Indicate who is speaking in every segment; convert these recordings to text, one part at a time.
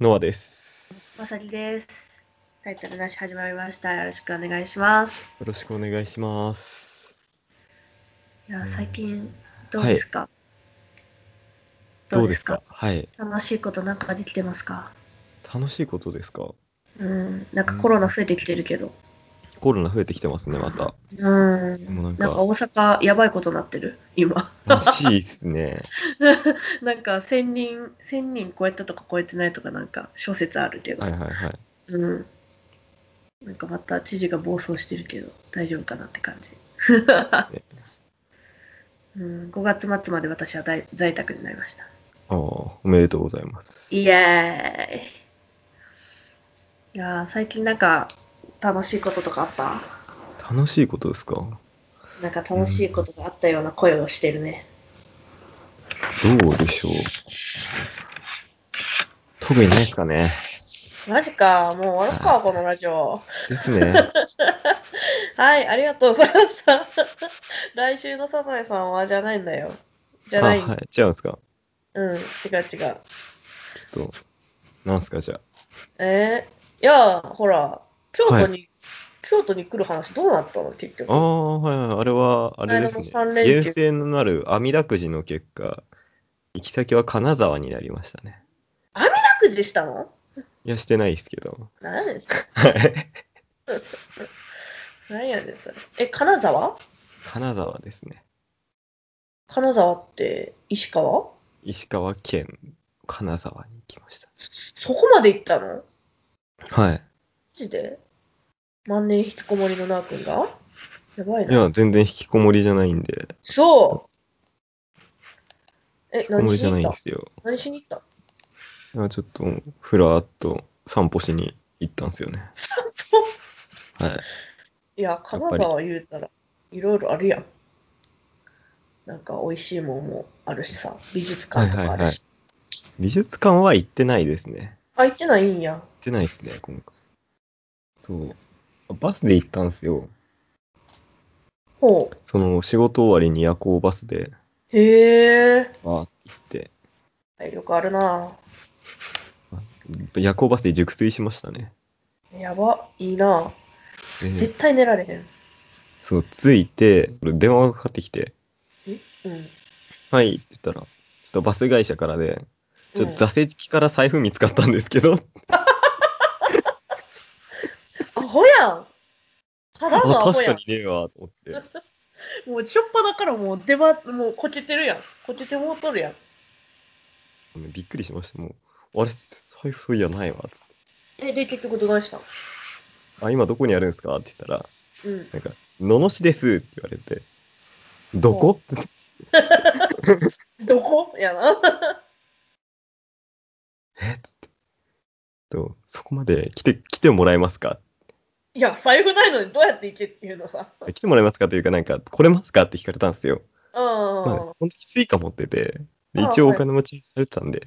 Speaker 1: ノアです。
Speaker 2: まさ
Speaker 1: よ
Speaker 2: りです。タイトルなし始まりました。よろしくお願いします。
Speaker 1: ろしくお願いします。
Speaker 2: いうや、
Speaker 1: ん
Speaker 2: 最近どうですか、
Speaker 1: どうですかはい。
Speaker 2: 楽しいことなんかできてますか
Speaker 1: 楽しいことですか
Speaker 2: うん、なんかコロナ増えてきてるけど。
Speaker 1: コロナ増えてきてますね、また。
Speaker 2: うん。
Speaker 1: もうなん
Speaker 2: なんか
Speaker 1: か、
Speaker 2: 大阪やばいことなってる今。
Speaker 1: らしいですね。
Speaker 2: なんか1000人、1000人超えたとか超えてないとかなんか小説あるけど。
Speaker 1: はいはいはい。
Speaker 2: うん。なんかまた知事が暴走してるけど大丈夫かなって感じ。うん、5月末まで私は在在宅になりました。
Speaker 1: ああ、おめでとうございます。
Speaker 2: イエーイいやー最近なんか楽しいこととかあった
Speaker 1: 楽しいことですか
Speaker 2: なんか楽しいことがあったような声をしてるね。
Speaker 1: どうでしょう特にないですかね。
Speaker 2: マジか、もう終わろっか、このラジオ。
Speaker 1: です ね。
Speaker 2: はい、ありがとうございました。 来週のサザエさんはじゃないんだよ。じゃない、
Speaker 1: あはい。違うんですか
Speaker 2: うん、違う違う。
Speaker 1: ちょっと、なんすかじゃあ。
Speaker 2: えー、いやー、ほら、京都に、京都に来る話どうなったの結局。
Speaker 1: ああ、はいはい、あれは、あれですね
Speaker 2: この間の三。連休
Speaker 1: 厳正のなる網だくじの結果、行き先は金沢になりましたね。
Speaker 2: 各自したの
Speaker 1: いや、してないですけど。
Speaker 2: 何やねんそれ。
Speaker 1: はい
Speaker 2: 何やねんそれ。え、金沢
Speaker 1: 金沢ですね。
Speaker 2: 金沢って石川
Speaker 1: 石川県金沢に行きました。
Speaker 2: そこまで行ったのマ
Speaker 1: はい。
Speaker 2: ジで万年引きこもりのなーくんがやばい
Speaker 1: い
Speaker 2: な。
Speaker 1: や、全然引きこもりじゃないんで、
Speaker 2: そうえ、
Speaker 1: 引きこも
Speaker 2: 何
Speaker 1: り
Speaker 2: し
Speaker 1: じゃない
Speaker 2: に
Speaker 1: んで
Speaker 2: 行った
Speaker 1: すよ。
Speaker 2: 何しに行った
Speaker 1: いやちょっと、ふらっと散歩しに行ったんですよね。はい。
Speaker 2: いや、金沢言うたらいろいろあるやん。なんか美味しいもんもあるしさ、美術館とかあるし。
Speaker 1: 美術館は行ってないですね。
Speaker 2: あ、行ってないんや。
Speaker 1: 行ってないですね、今回。そう。バスで行ったんですよ。
Speaker 2: ほう。
Speaker 1: その仕事終わりに夜行バスで、
Speaker 2: へえ。
Speaker 1: わーって行って、
Speaker 2: 体力あるな
Speaker 1: 夜行バスで熟睡しましたね。
Speaker 2: やば、いいな
Speaker 1: で
Speaker 2: 絶対寝られへん。
Speaker 1: そう、着いて、電話がかかってきて、
Speaker 2: うん。
Speaker 1: はいって言ったら、ちょっとバス会社からで、ちょっ
Speaker 2: うん
Speaker 1: と座席から財布見つかったんです けど、
Speaker 2: アホやんただ
Speaker 1: あ、
Speaker 2: のアホ
Speaker 1: 確
Speaker 2: や
Speaker 1: か
Speaker 2: ん
Speaker 1: にねえわ、と思って。
Speaker 2: もうしょっぱだからもう出ば、もうこけてるやん。こけてもうとるやん。
Speaker 1: びっくりしました、もう。あれ、財布そういやないわ、つって。
Speaker 2: え、で、結局どないしたん
Speaker 1: あ、今どこにあるんですかって言ったら、
Speaker 2: うん。
Speaker 1: なんか、ののしですって言われて、どこって
Speaker 2: どこやな。
Speaker 1: えっつって。と、そこまで来て、来てもらえますか
Speaker 2: いや、財布ないのにどうやって行けっていうのさ。
Speaker 1: 来てもらえますかというか、なんか、来れますかって聞かれたんですよ。
Speaker 2: うん。
Speaker 1: まあ、その時スイカ持ってて、で
Speaker 2: あ
Speaker 1: 一応
Speaker 2: は
Speaker 1: お
Speaker 2: い
Speaker 1: 金持ちされてたんで、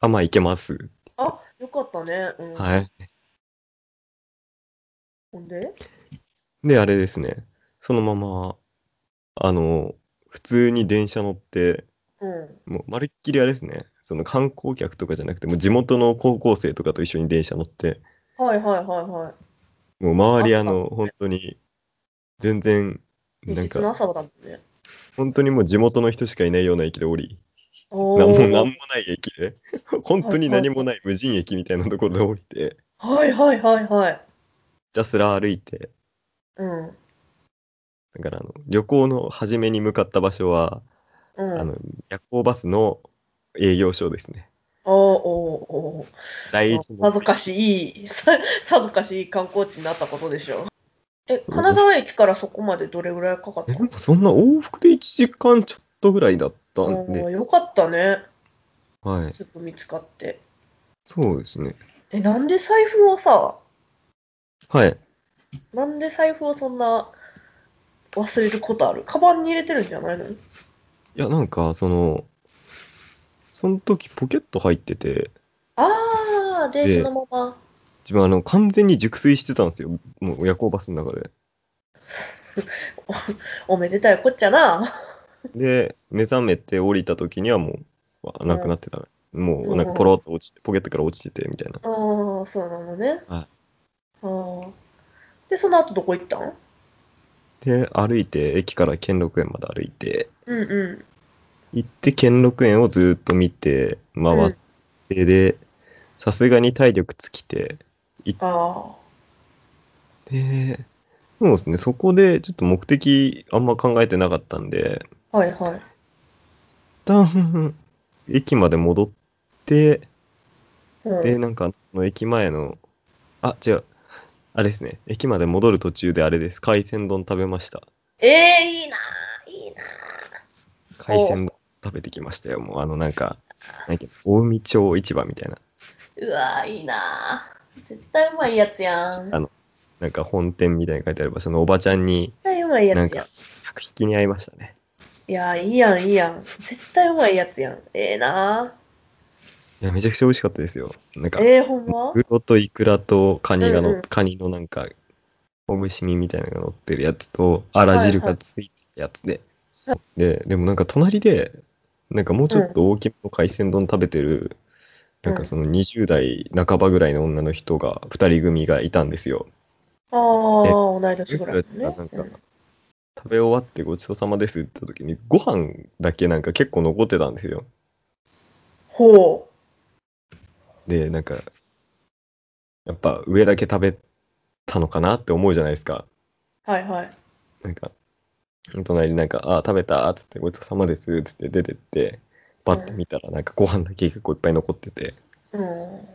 Speaker 1: あ、まあ、いけます。
Speaker 2: あ、よかったね。うん。
Speaker 1: はい。
Speaker 2: ほんで
Speaker 1: で、あれですね、そのまま、あの、普通に電車乗って、
Speaker 2: うん。
Speaker 1: もう、まるっきりあれですね、その観光客とかじゃなくて、もう地元の高校生とかと一緒に電車乗って、
Speaker 2: はいはいはいはい。
Speaker 1: もう周り、
Speaker 2: あ
Speaker 1: あの、本当に、全然、な
Speaker 2: 平
Speaker 1: ん
Speaker 2: 日の
Speaker 1: か、
Speaker 2: 朝だもんね。
Speaker 1: 本当にもう地元の人しかいないような駅で降り、
Speaker 2: お
Speaker 1: なんもなんも
Speaker 2: ー。
Speaker 1: ない駅で、本当に何もない無人駅みたいなところで降りて、
Speaker 2: はいはいはいはい。
Speaker 1: ひたすら歩いて、
Speaker 2: うん。
Speaker 1: だからあの旅行の初めに向かった場所は、
Speaker 2: うん。
Speaker 1: あの夜行バスの営業所ですね。
Speaker 2: おーおーおー。
Speaker 1: 第一
Speaker 2: さぞかしいい、ささぞかしいい観光地になったことでしょ。え、金沢駅からそこまでどれぐらいかかった
Speaker 1: えなんかそんな往復で1時間ちょっとぐらいだったん
Speaker 2: の
Speaker 1: で、
Speaker 2: よかったね、
Speaker 1: はい、
Speaker 2: すぐ見つかって。
Speaker 1: そうですね。
Speaker 2: え、なんで財布をさ、
Speaker 1: はい。
Speaker 2: なんで財布をそんな忘れることあるカバンに入れてるんじゃないの
Speaker 1: いや、なんか、その、その時ポケット入ってて、
Speaker 2: あー、
Speaker 1: で
Speaker 2: で、そのまま。
Speaker 1: 自分、あの、完全に熟睡してたんですよ。もう夜行バスの中で。
Speaker 2: おめでたいこっちゃな。
Speaker 1: で、目覚めて降りた時にはもう、わなくなってたんですもうなんかポロッと落ちて、ポケットから落ちててみたいな。
Speaker 2: ああ、そうなのね。
Speaker 1: は
Speaker 2: あーで、その後どこ行ったん
Speaker 1: で、歩いて、駅から兼六園まで歩いて、
Speaker 2: うんう
Speaker 1: 行って兼六園をずーっと見て、回って、で、さすがに体力尽きて、
Speaker 2: ん。あ
Speaker 1: で、そうですね、そこでちょっと目的あんま考えてなかったんで、
Speaker 2: あ、はいはい。
Speaker 1: 一旦駅まで戻って、
Speaker 2: うん、
Speaker 1: で、なんか、その駅前の、あ、違う、あれですね、駅まで戻る途中であれです、海鮮丼食べました。
Speaker 2: ええー、いいなーいいなー
Speaker 1: 海鮮丼食べてきましたよ、もう、あの、なんか、なんか大海町市場みたいな、
Speaker 2: うわーいいなー絶対うまいやつやん。
Speaker 1: あ
Speaker 2: 絶
Speaker 1: の、なんか本店みたいに書いてある場所のおばちゃんに、
Speaker 2: 対うまい
Speaker 1: な
Speaker 2: や
Speaker 1: ん
Speaker 2: つやん
Speaker 1: か。、客引きに会いましたね。
Speaker 2: いやーいいやん、いいやん。絶対うまいやつやん。ええない
Speaker 1: や、めちゃくちゃ美味しかったですよ。なんか
Speaker 2: ー。、ええー、ほんま
Speaker 1: マグロとイクラとカニがの、
Speaker 2: うんうん
Speaker 1: カニのなんか、ほぐし身みたいなのが乗ってるやつと、あら汁がついてるやつで。で、でもなんか隣で、なんかもうちょっと大きめの海鮮丼食べてる、
Speaker 2: うん
Speaker 1: なんかその20代半ばぐらいの女の人が、2人組がいたんですよ。
Speaker 2: ああ、同い年ぐらいだ
Speaker 1: なんか
Speaker 2: ね。うん
Speaker 1: 食べ終わってごちそうさまですって言った時に、ご飯だけなんか結構残ってたんですよ。
Speaker 2: ほ
Speaker 1: で、なんか、やっぱ上だけ食べたのかなって思うじゃないですか。
Speaker 2: う。はいはい。
Speaker 1: なんか、隣になんか、あ、食べたっつって、ごちそうさまですっつって出てって、バッと見たら、なんかご飯だけ結構いっぱい残ってて、
Speaker 2: うん。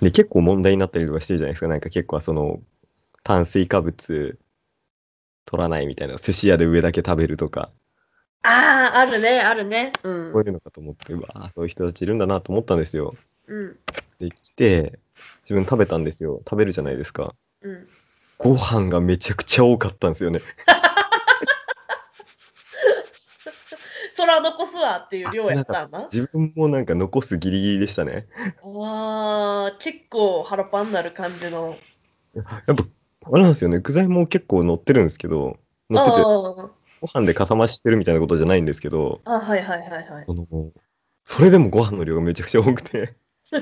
Speaker 1: で、結構問題になったりとかしてるじゃないですか、なんか結構その、炭水化物取らないみたいな、寿司屋で上だけ食べるとか、
Speaker 2: ああ、あるね、あるね。うん
Speaker 1: こう。いうのかと思って、うわーそういう人たちいるんだなと思ったんですよ。
Speaker 2: うん。
Speaker 1: で、来て、自分食べたんですよ。食べるじゃないですか。
Speaker 2: うん。
Speaker 1: ご飯がめちゃくちゃ多かったんですよね。
Speaker 2: そら残すわっていう量やったんな。
Speaker 1: 自分もなんか残すギリギリでしたね。
Speaker 2: ああ、結構腹パンになる感じの。
Speaker 1: やっぱ、あれなんですよね、具材も結構乗ってるんですけど、乗ってて、
Speaker 2: あ
Speaker 1: ご飯でかさ増ししてるみたいなことじゃないんですけど、
Speaker 2: あ、あはいはいはいはい。
Speaker 1: そのそれでもご飯の量がめちゃくちゃ多くて、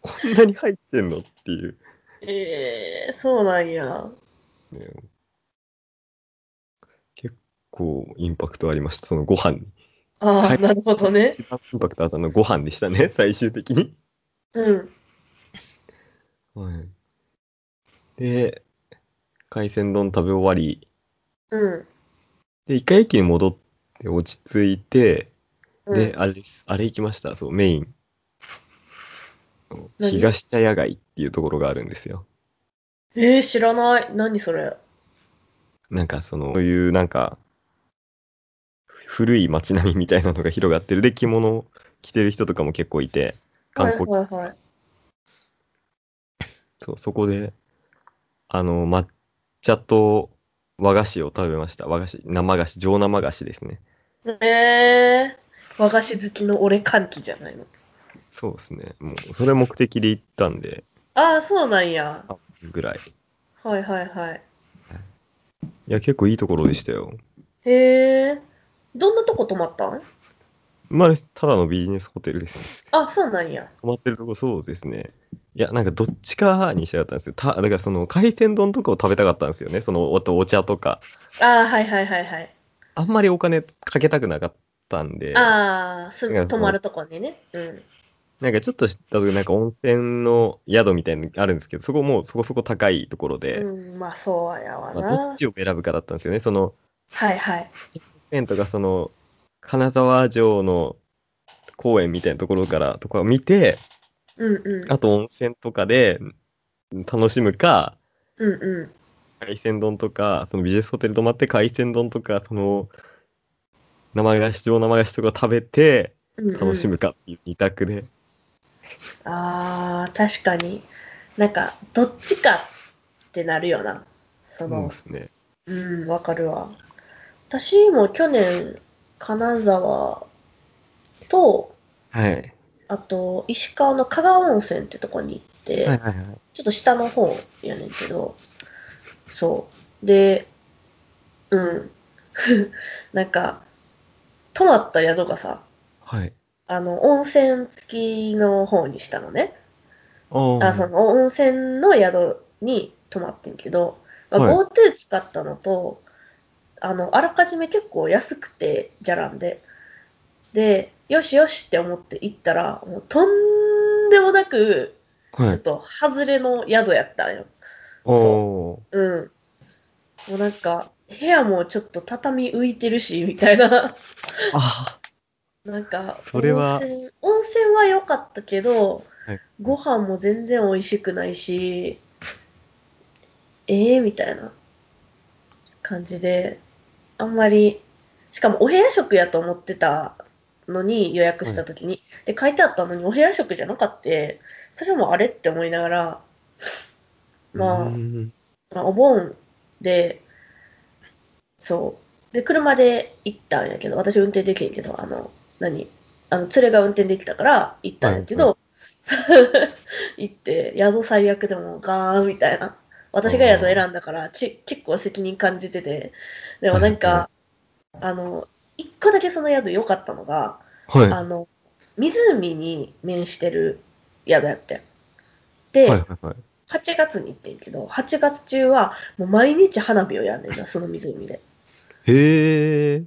Speaker 1: こんなに入ってんのっていう、
Speaker 2: ええー、そうなんや。
Speaker 1: ね結構インパクトありました、そのご飯に。
Speaker 2: あ
Speaker 1: は
Speaker 2: あ、
Speaker 1: い
Speaker 2: なるほどね。
Speaker 1: 一番インパクトあったのはご飯でしたね、 最終的に。
Speaker 2: うん。
Speaker 1: はい、で、海鮮丼食べ終わり、
Speaker 2: うん。
Speaker 1: で、一回駅に戻って落ち着いて、
Speaker 2: うん、
Speaker 1: で、あれです、あれ行きました、そう、メイン。
Speaker 2: 何
Speaker 1: 東茶屋街っていうところがあるんですよ。
Speaker 2: えー、知らない。何それ。
Speaker 1: なんかその、そういうなんか、古い街並みみたいなのが広がってる。で、着物を着てる人とかも結構いて、観光、
Speaker 2: はいはいはい。
Speaker 1: そうそこで、あの、抹茶と和菓子を食べました。和菓子、生菓子、上生菓子ですね。
Speaker 2: えー、和菓子好きの俺歓喜じゃないの。
Speaker 1: そうですね。もう、それ目的で行ったんで、
Speaker 2: ああ、そうなんや。
Speaker 1: あぐらい。
Speaker 2: はいはいはい。
Speaker 1: いや、結構いいところでしたよ。
Speaker 2: へえ。どんなとこ泊まったん
Speaker 1: まあ、ただのビジネスホテルです。
Speaker 2: あ、そうなんや。
Speaker 1: 泊まってるとこそうですね。いや、なんかどっちかにしたかったんですよ。ただからその海鮮丼とかを食べたかったんですよね。そのおとお茶とか。
Speaker 2: ああ、はいはいはいはい。
Speaker 1: あんまりお金かけたくなかったんで、な
Speaker 2: ああ、す
Speaker 1: だからその
Speaker 2: 泊まるとこにね。うん。
Speaker 1: んかちょっとしたとこなんか温泉の宿みたいなのあるんですけど、そこもうそこそこ高いところで、
Speaker 2: うん、まあそうやわな。
Speaker 1: まあ、どっちを選ぶかだったんですよね。その、
Speaker 2: はいはい。
Speaker 1: 園とかその、金沢城の公園みたいなところから、とかを見て、
Speaker 2: うんうん。
Speaker 1: あと温泉とかで楽しむか、
Speaker 2: うんう
Speaker 1: 海鮮丼とか、そのビジネスホテル泊まって海鮮丼とか、その生菓子、上生菓子とか食べて
Speaker 2: ん。うんうん
Speaker 1: 楽しむかっていう二択で、
Speaker 2: ああ、確かに。なんか、どっちかってなるよな。そ
Speaker 1: そう
Speaker 2: の
Speaker 1: で、すね。
Speaker 2: うん、わかるわ。私も去年、金沢と、
Speaker 1: はい。
Speaker 2: あと、石川の加賀温泉ってとこに行って、
Speaker 1: はいはいはい。
Speaker 2: ちょっと下の方やねんけど、そう。で、 うん。なんか、泊まった宿がさ、
Speaker 1: はい。
Speaker 2: あの、温泉付きの方にしたのね。
Speaker 1: ああ
Speaker 2: あ、その温泉の宿に泊まってんけど、まあ
Speaker 1: はい
Speaker 2: GoTo 使ったのと、あの、あらかじめ結構安くて、じゃらんで。で、よしよしって思って行ったら、もうとんでもなく、ち
Speaker 1: は
Speaker 2: ょっ
Speaker 1: い。
Speaker 2: と外れの宿やったんよ。
Speaker 1: おー。
Speaker 2: うん。もうなんか、部屋もちょっと畳浮いてるし、みたいな。
Speaker 1: あ
Speaker 2: なんか、
Speaker 1: それは
Speaker 2: 温泉温泉は良かったけど、
Speaker 1: はい
Speaker 2: ご飯も全然美味しくないし、ええみたいな感じで、あんまり、しかもお部屋食やと思ってたのに予約した時に、で、書いてあったのにお部屋食じゃなかった、それもあれって思いながら、
Speaker 1: ー。
Speaker 2: まあ
Speaker 1: うーん
Speaker 2: まあ、お盆で、そう。で、車で行ったんやけど、私運転できへんけど、あの、何あの、連れが運転できたから行ったんやけど、 行って、宿最悪でもガーンみたいな。私が宿選んだから、け結構責任感じてて、でもなんか、あの、一個だけその宿良かったのが、
Speaker 1: はい。
Speaker 2: あ
Speaker 1: は
Speaker 2: の、湖に面してる宿やってん。
Speaker 1: い
Speaker 2: で、
Speaker 1: はいはい。
Speaker 2: 8月に行ってんけど、8月中はもう毎日花火をやんね んな、その湖で。
Speaker 1: へえ。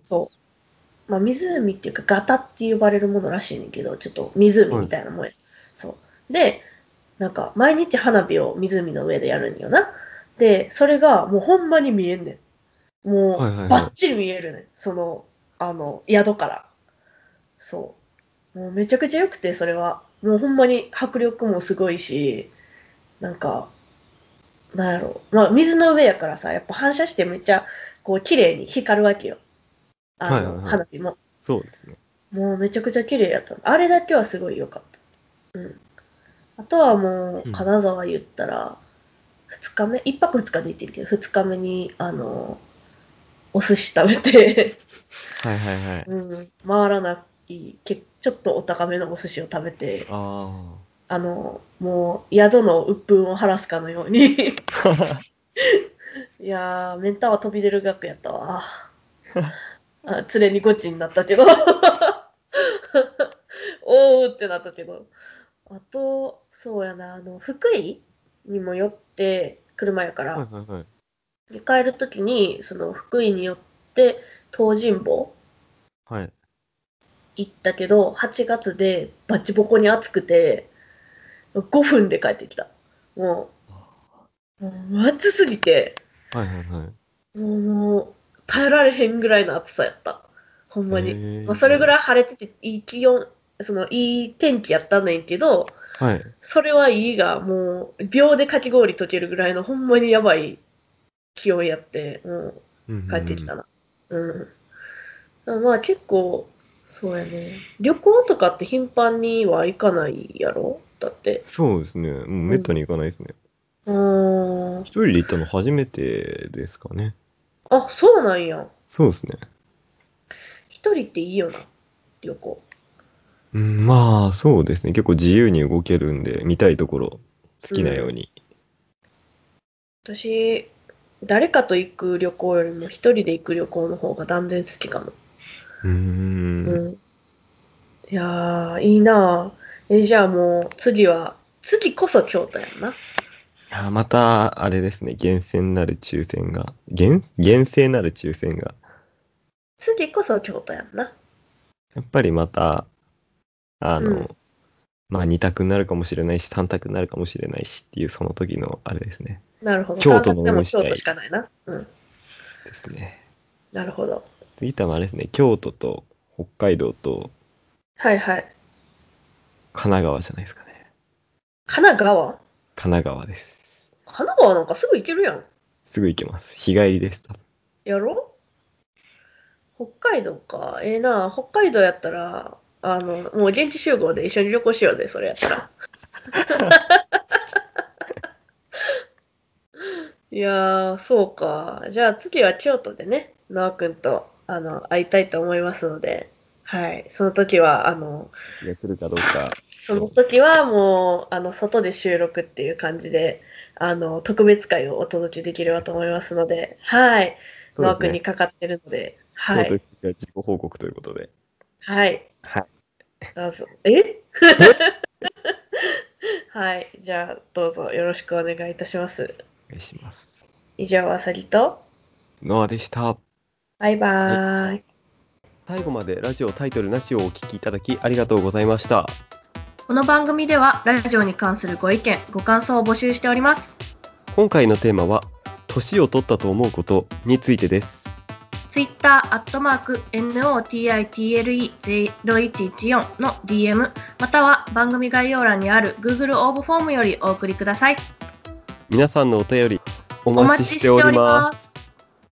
Speaker 2: まあ、湖っていうか、ガタって呼ばれるものらしいねんけど、ちょっと湖みたいなもんや。そう。で、なんか、毎日花火を湖の上でやるんよな。で、それがもうほんまに見えんねん。もう、
Speaker 1: はいはいはい
Speaker 2: ばっちり見えるねん。その、あの、宿から。そう。もうめちゃくちゃ良くて、それは。もうほんまに迫力もすごいし、なんか、なんやろまあ、水の上やからさ、やっぱ反射してめっちゃ、こう、綺麗に光るわけよ。あの、
Speaker 1: はいはいはい
Speaker 2: 花火も。
Speaker 1: そうですね。
Speaker 2: もうめちゃくちゃ綺麗やった。あれだけはすごい良かった。うん。あとはも
Speaker 1: う
Speaker 2: う、
Speaker 1: ん
Speaker 2: 金沢言ったら、二日目、一泊二日で行ってるけど、二日目に、あの、お寿司食 べて、
Speaker 1: はいはいはい。
Speaker 2: うん、回らない、けちょっとお高めのお寿司を食べて、
Speaker 1: あ
Speaker 2: あの、もう、宿の鬱憤を晴らすかのように、
Speaker 1: あ。
Speaker 2: いやー、メンタは飛び出る額やっ たわ。あ連れにゴチになったけど。 おーってなったけど。あと、そうやな、あの、福井にも寄って、車やか
Speaker 1: はい
Speaker 2: ら、
Speaker 1: はいはい。
Speaker 2: 帰るときに、その、福井に寄って、東尋坊
Speaker 1: はい。
Speaker 2: 行ったけど、8月でバチボコに暑くて、5分で帰ってきた。もう、もう暑すぎて、
Speaker 1: はいはいはい。
Speaker 2: もう、耐えられへんぐらいの暑さやった。ほんまに。
Speaker 1: に
Speaker 2: まあ、それぐ
Speaker 1: い。
Speaker 2: らい晴れてて、いい気温、その、いい天気やったんだけど、
Speaker 1: はい。
Speaker 2: それはいいが、もう、秒でかき氷溶けるぐらいの、ほんまにやばい気温やって、もう、帰ってきた
Speaker 1: な。
Speaker 2: な。うん。まあ、結構、そうやね。旅行とかって頻繁には行かないやろだって。
Speaker 1: そうですね。もうめったに行かないですね。
Speaker 2: うーん
Speaker 1: 一。人で行ったの初めてですかね。
Speaker 2: あ、そうなんや。
Speaker 1: そうですね。
Speaker 2: 一人っていいよな、旅行。
Speaker 1: うん、まあ、そうですね。結構自由に動けるんで、見たいところ、好きなように。
Speaker 2: 私、誰かと行く旅行よりも一人で行く旅行の方が断然好きかも。
Speaker 1: うーん。
Speaker 2: うん。いやー、いいなぁ。え、じゃあもう次は、次こそ京都やんな。
Speaker 1: いやまた、あれですね。厳選なる抽選が。厳、厳正なる抽選が。
Speaker 2: 次こそ京都やんな。
Speaker 1: やっぱりまた、あの、
Speaker 2: うん
Speaker 1: まあ2択になるかもしれないし、3択になるかもしれないしっていう、その時のあれですね。
Speaker 2: なるほど。
Speaker 1: 京都の
Speaker 2: で
Speaker 1: 思
Speaker 2: も
Speaker 1: い次第
Speaker 2: 京都しかないな。うん。
Speaker 1: ですね。
Speaker 2: なるほど。
Speaker 1: 次多分あれですね。京都と北海道と
Speaker 2: はいはい。
Speaker 1: 神奈川じゃないですかね。
Speaker 2: 神奈川
Speaker 1: 神奈川です。
Speaker 2: 神奈川なんかすぐ行けるやん。
Speaker 1: すぐ行けます。日帰りです。多分
Speaker 2: やろ北海道か。ええなぁ。北海道やったら、あの、もう現地集合で一緒に旅行しようぜ、それやったら。いやー、そうか。じゃあ次は京都でね、なあくんと、あの、会いたいと思いますので、はい。その時は、あの、
Speaker 1: 日が来るかどう か。
Speaker 2: その時はもう、あの、外で収録っていう感じで、あの、特別会をお届けできればと思いますので、はい。
Speaker 1: そうで
Speaker 2: マー
Speaker 1: す
Speaker 2: クに
Speaker 1: ね。
Speaker 2: かかってるので、は
Speaker 1: 京都
Speaker 2: い
Speaker 1: 行。きが自己報告ということで。
Speaker 2: はい。
Speaker 1: はい。
Speaker 2: あそう えはい、じゃあどうぞよろしくお願いいたします。
Speaker 1: お願いします。
Speaker 2: 以上、あさりと、
Speaker 1: ノアでした。
Speaker 2: バイバーイ。
Speaker 1: 最後までラジオタイトルなしをお聞きいただきありがとうございました。
Speaker 2: この番組ではラジオに関するご意見、ご感想を募集しております。
Speaker 1: 今回のテーマは、年を取ったと思うことについてです。
Speaker 2: Twitter、アットマーク、notitle0114 の DM、または番組概要欄にある Google 応募フォームよりお送りください。
Speaker 1: 皆さんのお便り、お
Speaker 2: お
Speaker 1: 待
Speaker 2: 待
Speaker 1: ち
Speaker 2: ちし
Speaker 1: しててお
Speaker 2: お
Speaker 1: り
Speaker 2: り
Speaker 1: ます
Speaker 2: ま。す。